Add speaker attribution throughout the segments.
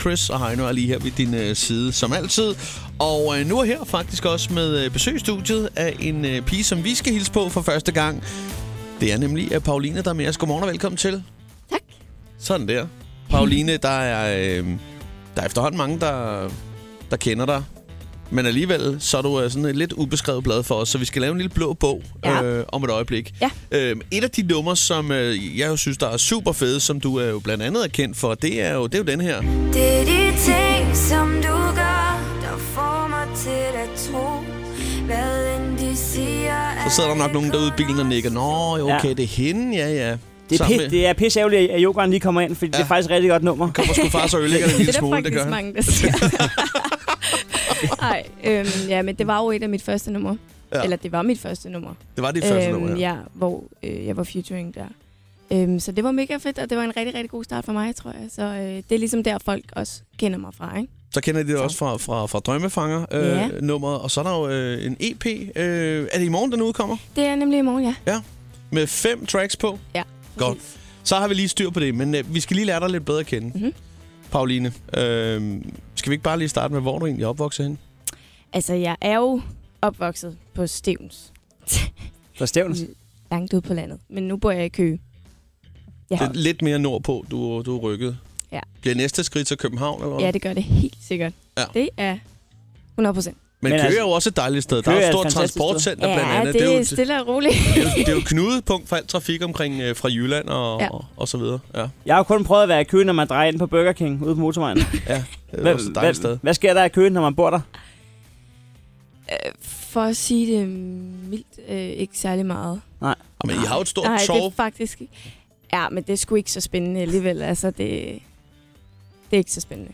Speaker 1: Chris og Heino er lige her ved din øh, side, som altid. Og øh, nu er her faktisk også med øh, besøgsstudiet af en øh, pige, som vi skal hilse på for første gang. Det er nemlig øh, Pauline, der er med os. Godmorgen og velkommen til.
Speaker 2: Tak.
Speaker 1: Sådan der. Pauline, der er, øh, der er efterhånden mange, der, der kender dig. Men alligevel, så er du øh, sådan et lidt ubeskrevet blad for os, så vi skal lave en lille blå bog
Speaker 2: Ja.
Speaker 1: øh, om et øjeblik.
Speaker 2: Ja.
Speaker 1: Øh, et af de numre, som øh, jeg jo synes, der er super fede, som du øh, jo blandt andet er kendt for, det er jo, det er jo den her.
Speaker 3: Det er de ting, som du gør, der får mig til at tro, hvad end de siger.
Speaker 1: Så sidder der nok nogen derude i bilen og nikker, Nå, jo, okay,
Speaker 4: Ja.
Speaker 1: det er hende, ja, ja.
Speaker 4: Det er,
Speaker 1: Sammen
Speaker 4: pis,
Speaker 1: med-
Speaker 4: det er pisse ærgerligt, at yoghurt lige kommer ind, for ja. det
Speaker 1: Ja.
Speaker 4: er faktisk et rigtig godt nummer.
Speaker 1: Kommer sgu far så ødelægger det en lille
Speaker 2: det er der
Speaker 1: smule, det
Speaker 2: faktisk
Speaker 1: gør han.
Speaker 2: mange, der siger. Nej, øhm, ja, men det var jo et af mit første nummer.
Speaker 1: Ja.
Speaker 2: Ja. Eller det var mit første nummer.
Speaker 1: Det var dit første nummer, ja.
Speaker 2: Øhm, ja. hvor øh, jeg var featuring der. Øhm, så det var mega fedt, og det var en rigtig, rigtig god start for mig, tror jeg. Så øh, det er ligesom der, folk også kender mig fra, ikke?
Speaker 1: Så kender de det også fra, fra, fra
Speaker 2: Ja.
Speaker 1: Drømmefanger-nummeret, øh, nummeret. og så er der jo øh, en EP. Øh, er det i morgen, den udkommer?
Speaker 2: Det er nemlig i morgen, ja.
Speaker 1: Med fem tracks på.
Speaker 2: Ja,
Speaker 1: Godt. Så har vi lige styr på det, men øh, vi skal lige lære dig lidt bedre at kende.
Speaker 2: Mhm.
Speaker 1: Pauline, øh, skal vi ikke bare lige starte med, hvor du egentlig er opvokset hen?
Speaker 2: Altså, jeg er jo opvokset på Stevens.
Speaker 4: For stævnes.
Speaker 2: Langt ude på landet. Men nu bor jeg i Køge. Ja,
Speaker 1: Det er lidt mere nordpå, du, du er rykket.
Speaker 2: Ja.
Speaker 1: Bliver næste skridt til København, eller hvad?
Speaker 2: ja det gør det helt sikkert.
Speaker 1: Ja.
Speaker 2: Det er 100 procent.
Speaker 1: Men,
Speaker 4: Men
Speaker 1: Køge
Speaker 4: altså-
Speaker 1: er jo også et dejligt sted. Der er
Speaker 4: Køge
Speaker 1: jo
Speaker 4: er
Speaker 1: et
Speaker 4: et
Speaker 1: stort
Speaker 4: fantastisk sted.
Speaker 1: transportcenter blandt
Speaker 2: ja,
Speaker 1: andet.
Speaker 2: det,
Speaker 1: jo
Speaker 2: det er
Speaker 1: et-
Speaker 2: stille og roligt.
Speaker 1: det, er jo, det er jo knudepunkt for alt trafik omkring øh, fra Jylland og,
Speaker 2: Ja.
Speaker 1: og, og så videre. Ja,
Speaker 4: Jeg har jo kun prøvet at være i køen, når man drejer ind på Burger King ude på motorvejen.
Speaker 1: det er også et dejligt sted.
Speaker 4: hvad sker der i køen, når man bor der?
Speaker 2: Øh, For at sige det mildt, øh, ikke særlig meget.
Speaker 1: Og, Ah, men I har jo et stort
Speaker 2: Nej, det er
Speaker 1: sove.
Speaker 2: faktisk ikke. Ja, men det er sgu ikke så spændende alligevel. Altså, det, det er ikke så spændende.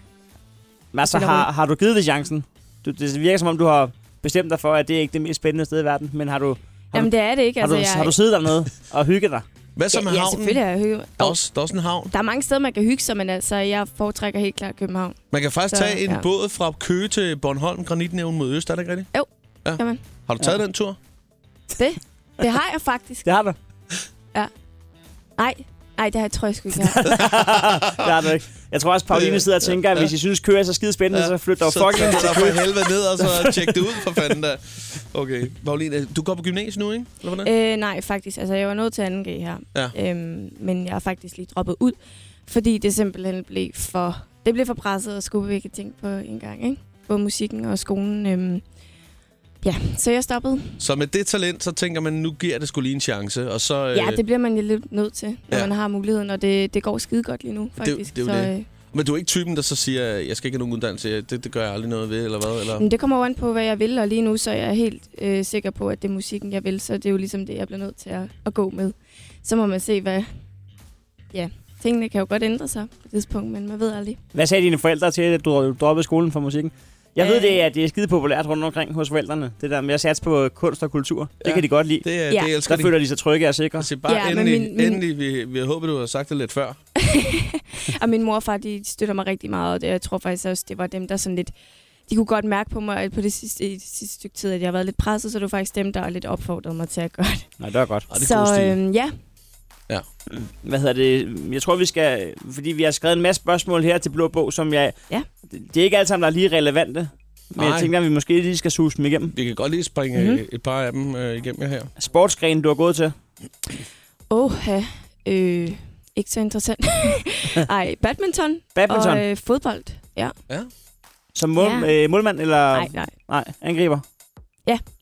Speaker 4: Men altså,
Speaker 2: Stille og
Speaker 4: har,
Speaker 2: roligt.
Speaker 4: har du givet det chancen? Du, det virker som om, du har bestemt dig for, at det ikke er det mest spændende sted i verden, men har du, Har
Speaker 2: Jamen, det er det ikke. altså,
Speaker 4: har du,
Speaker 2: jeg,
Speaker 4: har du siddet dernede og hygget dig?
Speaker 1: Hvad så med
Speaker 2: ja, ja,
Speaker 1: havnen?
Speaker 2: selvfølgelig er jeg hygge.
Speaker 1: Der er, også, der er også en havn.
Speaker 2: Der er mange steder, man kan hygge sig, men altså, jeg foretrækker helt klart København.
Speaker 1: Man kan faktisk
Speaker 2: Så,
Speaker 1: tage en
Speaker 2: ja.
Speaker 1: båd fra Køge til Bornholm, Granitnævn mod Øst, er det ikke rigtigt?
Speaker 2: Jo,
Speaker 1: ja.
Speaker 2: kan man.
Speaker 1: Har du taget
Speaker 4: Ja.
Speaker 1: den tur?
Speaker 2: Det, det har jeg faktisk.
Speaker 4: Det har du.
Speaker 2: Nej, nej, det har jeg tror jeg sgu ikke. jeg har.
Speaker 4: Det har du ikke. Jeg tror også, Pauline sidder og tænker, at hvis I synes, køer er så skide spændende, så flytter du fucking
Speaker 1: så,
Speaker 4: ind
Speaker 1: så,
Speaker 4: til
Speaker 1: så
Speaker 4: køen.
Speaker 1: for helvede ned, og så tjek det ud for fanden da. Okay. Pauline, du går på gymnasiet nu, ikke? Eller hvordan?
Speaker 2: Øh, nej, faktisk. Altså, jeg var nået til 2G her.
Speaker 1: Ja.
Speaker 2: Øhm, men jeg har faktisk lige droppet ud, fordi det simpelthen blev for, det blev for presset at skulle begge ting på en gang. Ikke? Både musikken og skolen. Øhm, ja, så jeg stoppede. Øh,
Speaker 1: Så med det talent, så tænker man, nu giver det skulle lige en chance, og så... øh,
Speaker 2: ja, det bliver man jo lidt nødt til, når
Speaker 1: ja.
Speaker 2: ja. man har muligheden, og det, det går skide godt lige nu, faktisk.
Speaker 1: det er jo
Speaker 2: så,
Speaker 1: det.
Speaker 2: Øh,
Speaker 1: Men du er ikke typen, der så siger, jeg skal ikke have nogen uddannelse, det, det gør jeg aldrig noget ved, eller hvad? Eller?
Speaker 2: men det kommer jo an på, hvad jeg vil, og lige nu så er jeg helt øh, sikker på, at det er musikken, jeg vil, så det er jo ligesom det, jeg bliver nødt til at, at gå med. Så må man se, hvad... Ja, tingene kan jo godt ændre sig på et tidspunkt, men man ved aldrig.
Speaker 4: Hvad sagde dine forældre til, at du droppede skolen for musikken? Jeg ved
Speaker 2: Øh.
Speaker 4: det, at det er skide populært rundt omkring hos forældrene. Det der med at satse på kunst og kultur. Det
Speaker 1: Ja.
Speaker 4: kan de godt lide.
Speaker 1: Det, ja.
Speaker 2: Ja.
Speaker 1: det elsker de.
Speaker 4: Der føler de sig trygge og sikre.
Speaker 1: Altså, bare ja,
Speaker 2: Ja, men
Speaker 1: endelig, min,
Speaker 2: min-
Speaker 1: min...
Speaker 2: min-
Speaker 1: endelig vi, vi håber, du har sagt det lidt før.
Speaker 2: Og min mor og far, de støtter mig rigtig meget, og det, jeg tror faktisk også, det var dem, der sådan lidt... De kunne godt mærke på mig at på det sidste, i det sidste stykke tid, at jeg har været lidt presset, så det var faktisk dem, der lidt opfordrede mig til at gøre det.
Speaker 4: Nej, det er godt.
Speaker 1: Og det er god
Speaker 2: så
Speaker 1: stil.
Speaker 2: øhm, ja,
Speaker 4: Hvad hedder det? Jeg tror, vi skal... Fordi vi har skrevet en masse spørgsmål her til Blå Bog, som jeg...
Speaker 2: Ja.
Speaker 4: Det det er ikke alle sammen, der er lige relevante. Men
Speaker 1: Nej.
Speaker 4: jeg tænker, at vi måske lige skal suge dem igennem.
Speaker 1: Vi kan godt lige springe
Speaker 2: Mhm.
Speaker 1: mm-hmm. et par af dem øh, igennem her.
Speaker 4: Sportsgrenen, du har gået til.
Speaker 2: åh, øh, ikke så interessant. Ej, badminton,
Speaker 4: Badminton.
Speaker 2: og øh, fodbold. Ja,
Speaker 4: som mål,
Speaker 2: ja.
Speaker 4: øh, målmand eller...
Speaker 2: nej, nej,
Speaker 4: Nej, angriber.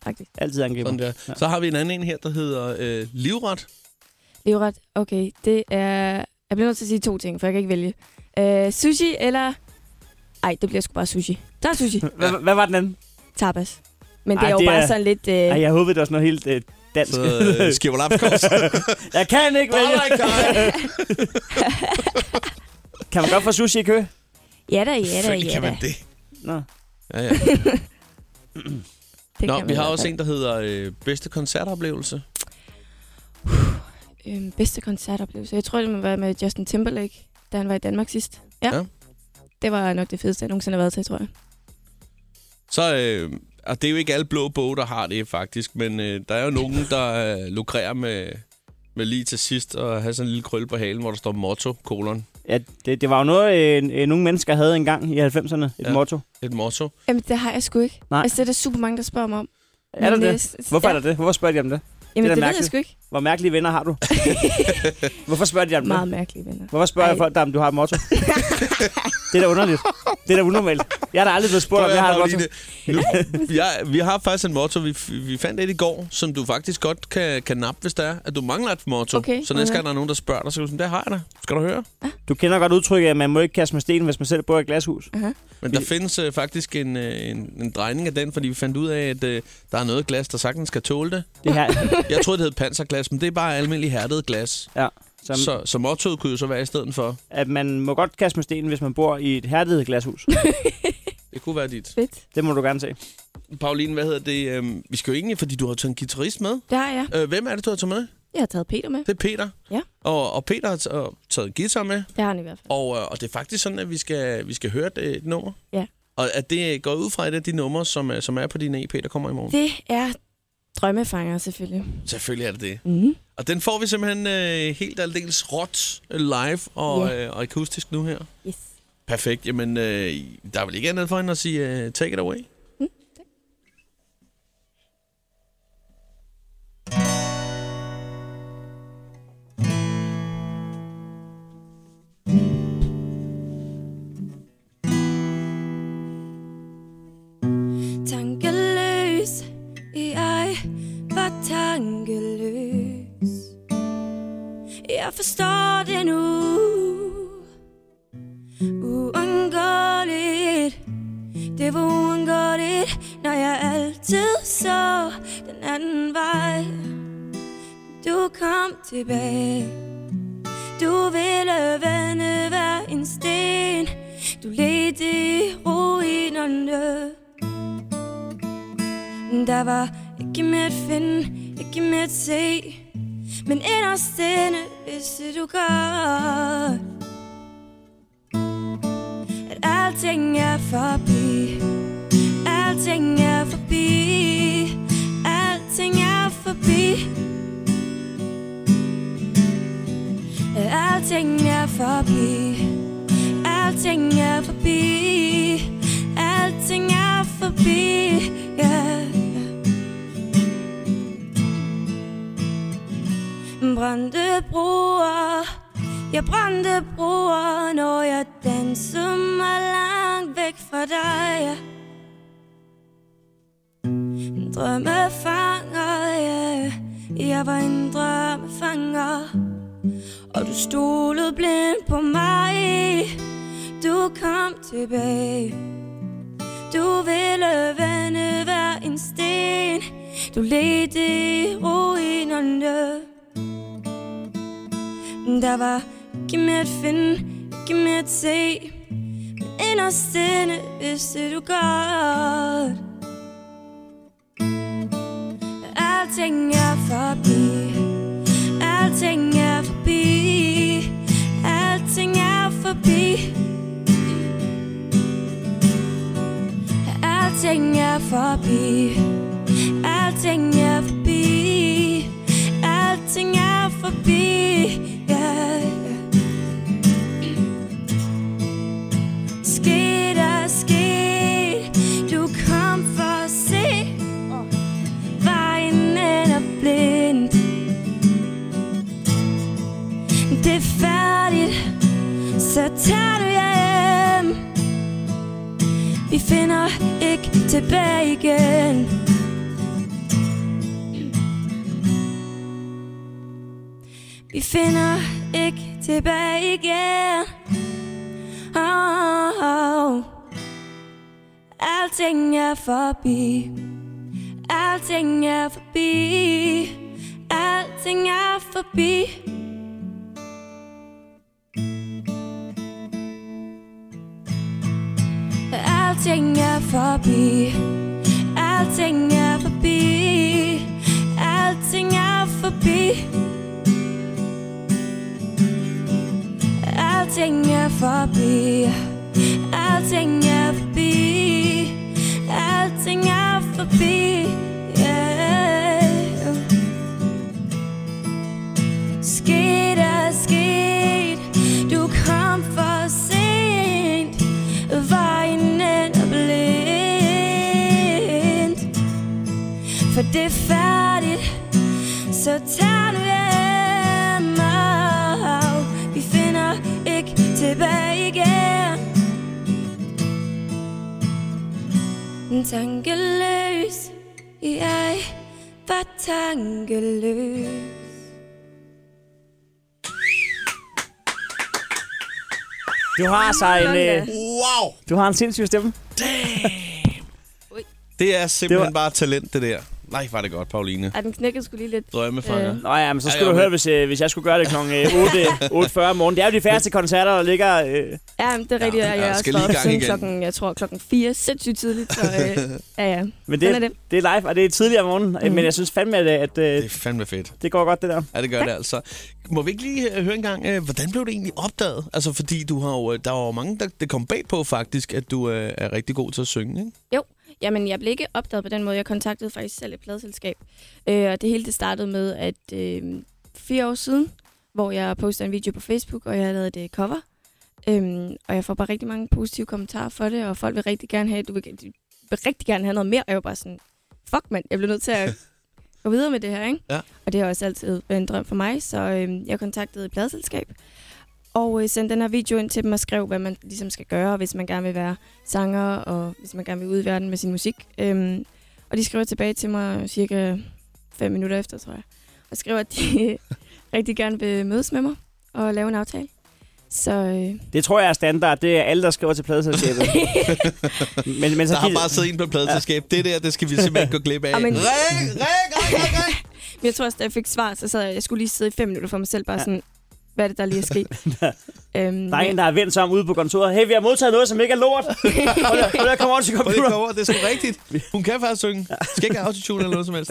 Speaker 2: faktisk.
Speaker 4: Altid angriber.
Speaker 1: Sådan der.
Speaker 4: Ja.
Speaker 1: Så har vi en anden en her, der hedder øh, livret.
Speaker 2: Livret, okay, det er... Jeg bliver nødt til at sige to ting, for jeg kan ikke vælge. Øh, sushi eller... Ej, det bliver sgu bare sushi. Der er sushi.
Speaker 4: Hvad, hvad var den anden?
Speaker 2: Tapas. Men det
Speaker 4: Ej,
Speaker 2: er jo
Speaker 4: det
Speaker 2: bare
Speaker 4: er-
Speaker 2: sådan lidt... Øh,
Speaker 4: Ej, jeg håbede, det var sådan noget helt øh, dansk.
Speaker 1: Så øh, skiver lapskors.
Speaker 4: jeg kan ikke vælge. Kan man godt få sushi i kø?
Speaker 2: Ja da, ja da,
Speaker 1: Selvfølgelig
Speaker 2: ja
Speaker 1: kan
Speaker 2: da.
Speaker 1: man det.
Speaker 4: Nå.
Speaker 1: Ja, ja.
Speaker 2: Det
Speaker 1: Nå,
Speaker 2: kan
Speaker 1: vi
Speaker 2: man
Speaker 1: har
Speaker 2: i
Speaker 1: også
Speaker 2: hvert
Speaker 1: en, der hedder øh, bedste koncertoplevelse.
Speaker 2: fald. Øhm, bedste koncertoplevelse. Jeg tror, det må være med Justin Timberlake, da han var i Danmark sidst. Ja.
Speaker 1: Ja.
Speaker 2: ja. Det var nok det fedeste, jeg nogensinde har været til, tror jeg.
Speaker 1: Så, øh, og det er jo ikke alle blå bog, der har det faktisk, men øh, der er jo nogen, der øh, lukrerer med, med lige til sidst og have sådan en lille krølle på halen, hvor der står motto, kolon.
Speaker 4: Ja, det, det var jo noget, øh, øh, nogle mennesker havde engang i 90'erne. Et
Speaker 1: Ja.
Speaker 4: ja. motto.
Speaker 1: Et motto.
Speaker 2: Jamen, det har jeg sgu ikke.
Speaker 4: Nej.
Speaker 2: Altså, det er der super mange, der spørger mig om.
Speaker 4: Er der
Speaker 2: Men,
Speaker 4: det?
Speaker 2: øh, s-
Speaker 4: Hvorfor
Speaker 2: ja.
Speaker 4: er der det? Hvorfor spørger de om det?
Speaker 2: Jamen,
Speaker 4: da
Speaker 2: det, det ved jeg
Speaker 4: mærkeligt.
Speaker 2: sgu ikke.
Speaker 4: Hvor mærkelige venner har du? Hvorfor spørger de om det?
Speaker 2: Meget mærkelige venner.
Speaker 4: Hvorfor spørger jeg
Speaker 2: Ej.
Speaker 4: folk der, om du har et motto? det er da underligt. Det er da unormalt. Jeg har da aldrig blevet spurgt, om
Speaker 1: Prøv
Speaker 4: jeg
Speaker 1: at
Speaker 4: har et
Speaker 1: høre,
Speaker 4: motto.
Speaker 1: Caroline. Nu, jeg, vi har faktisk en motto. Vi, f- vi fandt et i går, som du faktisk godt kan, kan nappe, hvis der er, at du mangler et motto.
Speaker 2: Okay,
Speaker 1: så næste
Speaker 2: okay.
Speaker 1: gang, der er nogen, der spørger dig, så er du sådan, det har jeg da. Skal du høre?
Speaker 4: Du kender godt udtrykket, at man må ikke kaste med sten, hvis man selv bor i et glashus.
Speaker 1: Men der findes øh, faktisk en, øh, en, en drejning af den, fordi vi fandt ud af, at øh, der er noget glas, der sagtens skal tåle det.
Speaker 4: Det her,
Speaker 1: Jeg troede, det hed panserglas, men det er bare almindelig hærdet glas.
Speaker 4: ja, som, så.
Speaker 1: Så, så mottoet kunne jo så være i stedet for.
Speaker 4: at man må godt kaste med sten, hvis man bor i et hærdet glashus.
Speaker 1: Det kunne være dit.
Speaker 2: Fedt.
Speaker 4: Det må du gerne se.
Speaker 1: Pauline, hvad hedder det? Øhm, vi skal jo egentlig, fordi du har taget en guitarist med.
Speaker 2: Der er jeg.
Speaker 1: Øh, hvem er det, du har taget med?
Speaker 2: Jeg har taget Peter med.
Speaker 1: Det er Peter.
Speaker 2: Ja.
Speaker 1: Og, og Peter har t- og taget en guitar med.
Speaker 2: Det har han i hvert fald.
Speaker 1: Og, øh, og det er faktisk sådan, at vi skal, vi skal høre et, et nummer.
Speaker 2: Ja.
Speaker 1: Og at det går ud fra et af de numre, som, er- som er på din EP, der kommer i morgen.
Speaker 2: Det er drømmefanger, selvfølgelig.
Speaker 1: Selvfølgelig er det det.
Speaker 2: Mm-hmm.
Speaker 1: Og den får vi simpelthen øh, helt aldeles råt øh, live og,
Speaker 2: Ja.
Speaker 1: øh, og akustisk nu her.
Speaker 2: Yes.
Speaker 1: Perfekt. Jamen, øh, der er vel ikke andet for end at sige, øh, take it away.
Speaker 3: Tankeløs Jeg var tankeløs Jeg forstår det nu Uundgåeligt Det var uundgåeligt Når jeg altid så Den anden vej Du kom tilbage du ville vende hver en sten Du ledte i ruinerne der var ikke med at finde, ikke med at se Men inderst inde vidste du godt At alting er forbi Alting er forbi Alting er forbi At Alting er forbi Alting er forbi Alting er forbi yeah. Brændte broer Jeg brændte broer Når jeg dansede mig langt væk fra dig Drømmefanger yeah. Jeg var en drømmefanger Og du stolede blind på mig du kom tilbage Du ville vende hver en sten Du ledte i ruinerne Der var ikke mere at finde Ikke mere at se Men inderst inde vidste du godt at Alting er forbi Alting er forbi Alting er forbi Alting er forbi Alting er forbi Alting er forbi yeah. Sket er sket Du kom for at se Vejen er blind Det er færdigt Så tager du hjem vi finder ikke tilbage igen Vi finder ikke tilbage igen oh, oh. Alting er forbi Alting er forbi Alting er forbi Alting er forbi Alting er forbi Alting er forbi Alting er forbi Alting er forbi Alting er forbi yeah. Sket er sket Du kom for det er færdigt Så tag nu hjem Au, Vi finder ikke tilbage igen Tankeløs Jeg var tankeløs
Speaker 4: Du har sig en, øh,
Speaker 1: Wow!
Speaker 4: du har en sindssyg stemme.
Speaker 1: Det er simpelthen
Speaker 4: Det
Speaker 1: det var... bare talent, det der. Nej, var det godt, Pauline.
Speaker 2: Ej, den knækkede skulle lige lidt.
Speaker 1: Drømmefanger.
Speaker 2: Øh.
Speaker 4: Nå ja, men så skulle
Speaker 1: Ja, ja,
Speaker 4: ja, du
Speaker 1: men-
Speaker 4: høre, hvis, øh, hvis jeg skulle gøre det kl. 8, 8.40 om morgenen. Det er jo de færreste koncerter, der ligger... Øh,
Speaker 2: Ja, men det er rigtigt,
Speaker 1: Ja,
Speaker 2: ja, jeg,
Speaker 1: jeg
Speaker 2: jeg er også
Speaker 1: skal
Speaker 2: været
Speaker 1: lige i
Speaker 2: op
Speaker 1: gang
Speaker 2: siden
Speaker 1: igen.
Speaker 2: klokken, jeg tror klokken 4, sindssygt tidligt. Så, øh, ja, ja.
Speaker 4: men
Speaker 2: Sådan er
Speaker 4: det,
Speaker 2: det.
Speaker 4: det er live, og det er tidligere om morgenen. Mm.
Speaker 2: Mm.
Speaker 4: Men jeg synes fandme, at, at øh,
Speaker 1: Det er fandme fedt.
Speaker 4: det går godt, det der.
Speaker 1: Ja, det gør det altså. Må vi ikke lige øh, høre engang, øh, hvordan blev det egentlig opdaget? Altså, fordi du har jo, øh, der var jo mange, der det kom bag på faktisk, at du øh, er rigtig god til at synge, ikke?
Speaker 2: Jamen, jeg blev ikke opdaget på den måde. Jeg kontaktede faktisk selv et pladselskab. Øh, og det hele det startede med, at øh, fire år siden, hvor jeg postede en video på Facebook, og jeg lavede det cover. Øhm, og jeg får bare rigtig mange positive kommentarer for det, og folk vil rigtig gerne have, du vil, de vil rigtig gerne have noget mere. Og jeg var bare sådan, fuck mand, jeg bliver nødt til at gå videre med det her, ikke?
Speaker 1: Ja.
Speaker 2: Og det har også altid været en drøm for mig, så øhm, jeg kontaktede et pladselskab, og øh, sendte den her video ind til dem og skrev, hvad man ligesom skal gøre, hvis man gerne vil være sanger, og hvis man gerne vil ud i verden med sin musik. Øhm, og de skriver tilbage til mig cirka 5 minutter efter, tror jeg. Og skriver, at de rigtig gerne vil mødes med mig og lave en aftale. Så øh,
Speaker 4: Det tror jeg er standard. Det er alle, der skriver til pladeselskabet. men, men så
Speaker 1: Der har
Speaker 4: giv-
Speaker 1: bare siddet en på pladeselskab. Det der, det skal vi simpelthen gå glip af.
Speaker 2: Amen.
Speaker 1: Ring, ring, ring, ring, ring.
Speaker 2: men jeg tror også, da jeg fik svar, så sad jeg, jeg skulle lige sidde i 5 minutter for mig selv, bare
Speaker 4: Ja.
Speaker 2: sådan, hvad er det, der lige er sket? øhm,
Speaker 4: Der er en, der har vendt sig om ude på kontoret. Hey, vi har modtaget noget, som ikke er lort. Prøv lige- prøv lige at komme over til
Speaker 1: Prøv lige at
Speaker 4: computer.
Speaker 1: komme over. Det er sgu rigtigt. Hun kan faktisk synge. Skal ikke have autotune eller noget som helst.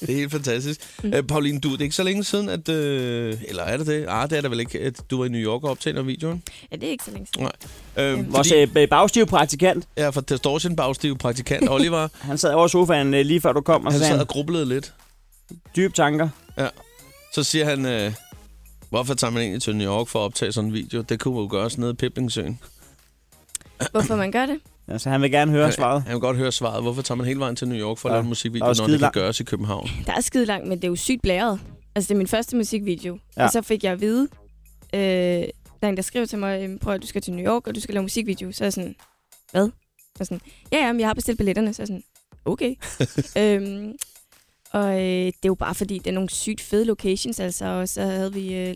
Speaker 1: Det er helt fantastisk. Mm. Øh, Pauline, du, det er ikke så længe siden, at... Øh, eller er det det? Ah, det er der vel ikke, at du var i New York og optagede noget videoen.
Speaker 2: Ja, det er ikke så længe siden.
Speaker 1: Nej. Øh,
Speaker 4: Vores
Speaker 1: fordi,
Speaker 4: øh, bagstive praktikant,
Speaker 1: jeg er fra Distortion Bagstiv praktikant Oliver.
Speaker 4: han sad over i sofaen øh, lige før du kom, og så
Speaker 1: han
Speaker 4: sagde
Speaker 1: sad
Speaker 4: han,
Speaker 1: og grublede lidt.
Speaker 4: dybe tanker.
Speaker 1: Så siger han... Øh, Hvorfor tager man egentlig til New York for at optage sådan en video? Det kunne jo gøres nede i Piblingsøen.
Speaker 2: Hvorfor man gør det?
Speaker 4: Ja, så han vil gerne høre svaret.
Speaker 1: Han kan godt høre svaret. Hvorfor tager man hele vejen til New York for at
Speaker 4: Ja.
Speaker 1: lave en
Speaker 4: Der er
Speaker 1: musikvideo,
Speaker 4: jo
Speaker 1: når det kan
Speaker 4: skide
Speaker 1: gøres i København?
Speaker 2: Der er skide langt, men det er jo sygt blæret. Altså, det er min første musikvideo.
Speaker 4: Ja.
Speaker 2: Ja. Og så fik jeg at vide, øh, der er en, der skrev til mig, øhm, prøv at du skal til New York, og du skal lave musikvideo. Så er jeg sådan, hvad? Så er jeg sådan, ja, ja, men jeg har bestilt billetterne. Så er jeg sådan, okay. øhm, og øh, det er jo bare fordi, det er nogle sygt fede locations, altså. Og så havde vi øh,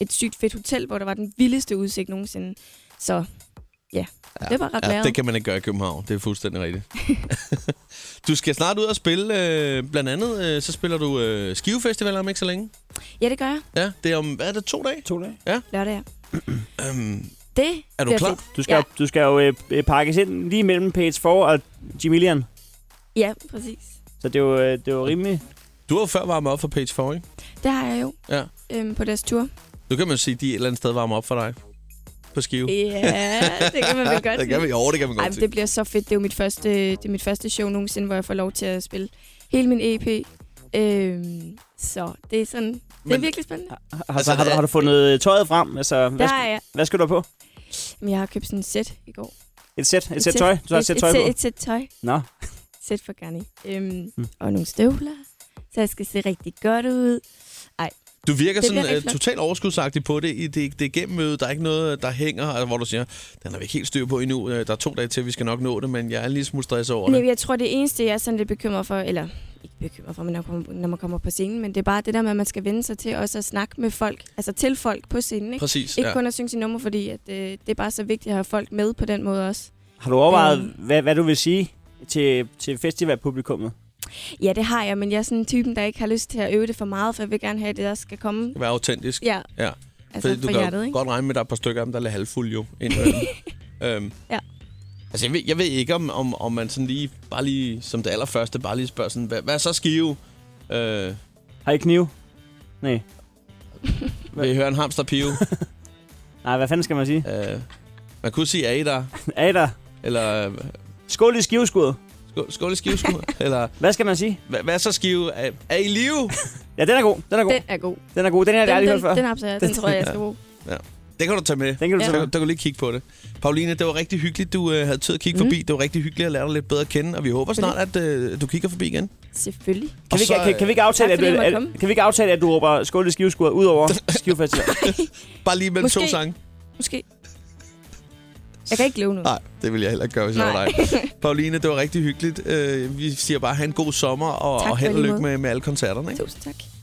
Speaker 2: et sygt fedt hotel, hvor der var den vildeste udsigt nogensinde. Så ja, ja. det var ret
Speaker 1: Ja,
Speaker 2: blæret.
Speaker 1: det kan man ikke gøre i København. Det er fuldstændig rigtigt. du skal snart ud og spille. Øh, blandt andet, øh, så spiller du øh, Skive Festival om ikke så længe.
Speaker 2: Ja, det gør jeg.
Speaker 1: Ja, det er om, hvad er det, to dage?
Speaker 4: To dage.
Speaker 2: Lørdag, ja.
Speaker 1: Øhm,
Speaker 2: Det
Speaker 1: er du
Speaker 2: bliver
Speaker 1: klar?
Speaker 2: fedt.
Speaker 4: Du skal, ja. du skal jo øh, øh, pakkes ind lige mellem Page 4 og Jimillian.
Speaker 2: Ja, præcis.
Speaker 4: Så det er jo, øh, det er jo rimelig...
Speaker 1: Du har jo før varmet op for Page 4, ikke?
Speaker 2: Det har jeg jo.
Speaker 1: Ja.
Speaker 2: Øhm, på deres tur.
Speaker 1: Nu kan man jo sige, at de et eller andet sted varmer op for dig. På Skive.
Speaker 2: Ja, det kan man vel godt
Speaker 1: det kan vi,
Speaker 2: sige.
Speaker 1: jo, det kan man
Speaker 2: Ej,
Speaker 1: godt
Speaker 2: men
Speaker 1: sige.
Speaker 2: det bliver så fedt. Det er jo mit første, det er mit første show nogensinde, hvor jeg får lov til at spille hele min EP. Øhm, så det er sådan, det er
Speaker 1: Men-
Speaker 2: virkelig spændende.
Speaker 4: Har, altså,
Speaker 1: Altså,
Speaker 4: har, du,
Speaker 1: det er-
Speaker 4: har du fundet øh, tøjet frem? Altså, hvad,
Speaker 2: Der
Speaker 4: skal,
Speaker 2: er jeg.
Speaker 4: hvad skal du have på?
Speaker 2: Men jeg har købt sådan et sæt i går.
Speaker 4: Et sæt? Et sæt tøj? Du har et sæt tøj
Speaker 2: et,
Speaker 4: på?
Speaker 2: sæt- et sæt tøj.
Speaker 4: Nå,
Speaker 2: Sæt for Garni. Øhm,
Speaker 4: Mm.
Speaker 2: Og nogle støvler. Så jeg skal se rigtig godt ud.
Speaker 1: Du virker
Speaker 2: det
Speaker 1: sådan
Speaker 2: bliver
Speaker 1: øh,
Speaker 2: rigtig flot.
Speaker 1: totalt overskudsagtig på det. I det, det er gennemmøde. Der er ikke noget, der hænger, altså, hvor du siger, den har vi ikke helt styr på endnu. Øh, Der er to dage til, vi skal nok nå det, men jeg er en lille smule stresset over det.
Speaker 2: Nej, jeg tror, det eneste, jeg er sådan lidt bekymret for, eller ikke bekymret for, men når, man kommer- når man kommer på scenen, men det er bare det der med, at man skal vende sig til også at snakke med folk, altså til folk på scenen, ikke?
Speaker 1: Præcis,
Speaker 2: Ikke
Speaker 1: ja.
Speaker 2: kun at synge sin nummer, fordi at, øh, det er bare så vigtigt at have folk med på den måde også.
Speaker 4: har du overvejet,
Speaker 2: Øhm.
Speaker 4: hvad, hvad du vil sige til, til festivalpublikummet?
Speaker 2: Ja, det har jeg, men jeg er sådan en typen, der ikke har lyst til at øve det for meget, for jeg vil gerne have, at det der skal komme
Speaker 1: Vær autentisk.
Speaker 2: ja,
Speaker 1: Ja.
Speaker 2: altså
Speaker 1: Fordi du
Speaker 2: fra
Speaker 1: kan
Speaker 2: hjertet.
Speaker 1: jo
Speaker 2: Ikke?
Speaker 1: godt regne med, at der er et par stykker af dem, der er halvfuld jo. indimellem. øhm.
Speaker 2: Ja.
Speaker 1: Altså, jeg ved, jeg ved ikke, om, om, om man sådan lige, bare lige, som det allerførste, bare lige spørger sådan, hvad, hvad er så skive? Øh,
Speaker 4: Har I kniv? Nej.
Speaker 1: vil I høre en hamsterpive?
Speaker 4: Nej, hvad fanden skal man sige?
Speaker 1: øh, man kunne sige, er I der?
Speaker 4: Er I der?
Speaker 1: Eller, øh,
Speaker 4: Skål i skiveskuddet.
Speaker 1: skål, skål i skiveskud? Eller,
Speaker 4: Hvad skal man sige?
Speaker 1: hvad, hvad er så skive? Er, er I i live?
Speaker 4: Ja, den er god. Den er god.
Speaker 2: Den er god.
Speaker 4: Den er god. Den her har jeg
Speaker 2: Den,
Speaker 4: aldrig hørt
Speaker 2: den,
Speaker 4: før.
Speaker 2: den, den, jeg, den tror jeg, jeg skal bruge.
Speaker 1: Det kan du tage med.
Speaker 4: Den kan du
Speaker 1: Så
Speaker 4: tage
Speaker 1: der,
Speaker 4: med.
Speaker 1: der kan du lige kigge på det. Pauline, det var rigtig hyggeligt, du øh, havde tid at kigge mm.
Speaker 2: Mhm.
Speaker 1: forbi. Det var rigtig hyggeligt at lære dig lidt bedre at kende, og vi håber snart, at øh, du kigger forbi igen.
Speaker 2: Selvfølgelig.
Speaker 4: Kan vi,
Speaker 1: så,
Speaker 4: ikke, kan, kan, vi ikke aftale,
Speaker 2: Tak,
Speaker 4: at,
Speaker 2: fordi jeg
Speaker 4: du-
Speaker 2: måtte
Speaker 4: at,
Speaker 2: komme.
Speaker 4: kan vi ikke aftale, at du råber skål i skiveskuret ud over skivefestival?
Speaker 1: øh, Bare lige mellem to
Speaker 2: Måske.
Speaker 1: sange.
Speaker 2: Måske. Jeg kan ikke love noget.
Speaker 1: Nej, det ville jeg heller ikke gøre, Ah, hvis jeg var
Speaker 2: Nej.
Speaker 1: dig. Pauline, det var rigtig hyggeligt. Øh, vi siger bare, have en god sommer, og,
Speaker 2: Tak
Speaker 1: og
Speaker 2: for
Speaker 1: held og
Speaker 2: lige
Speaker 1: lykke
Speaker 2: måde.
Speaker 1: med, med alle koncerterne. Ikke?
Speaker 2: Tusind tak.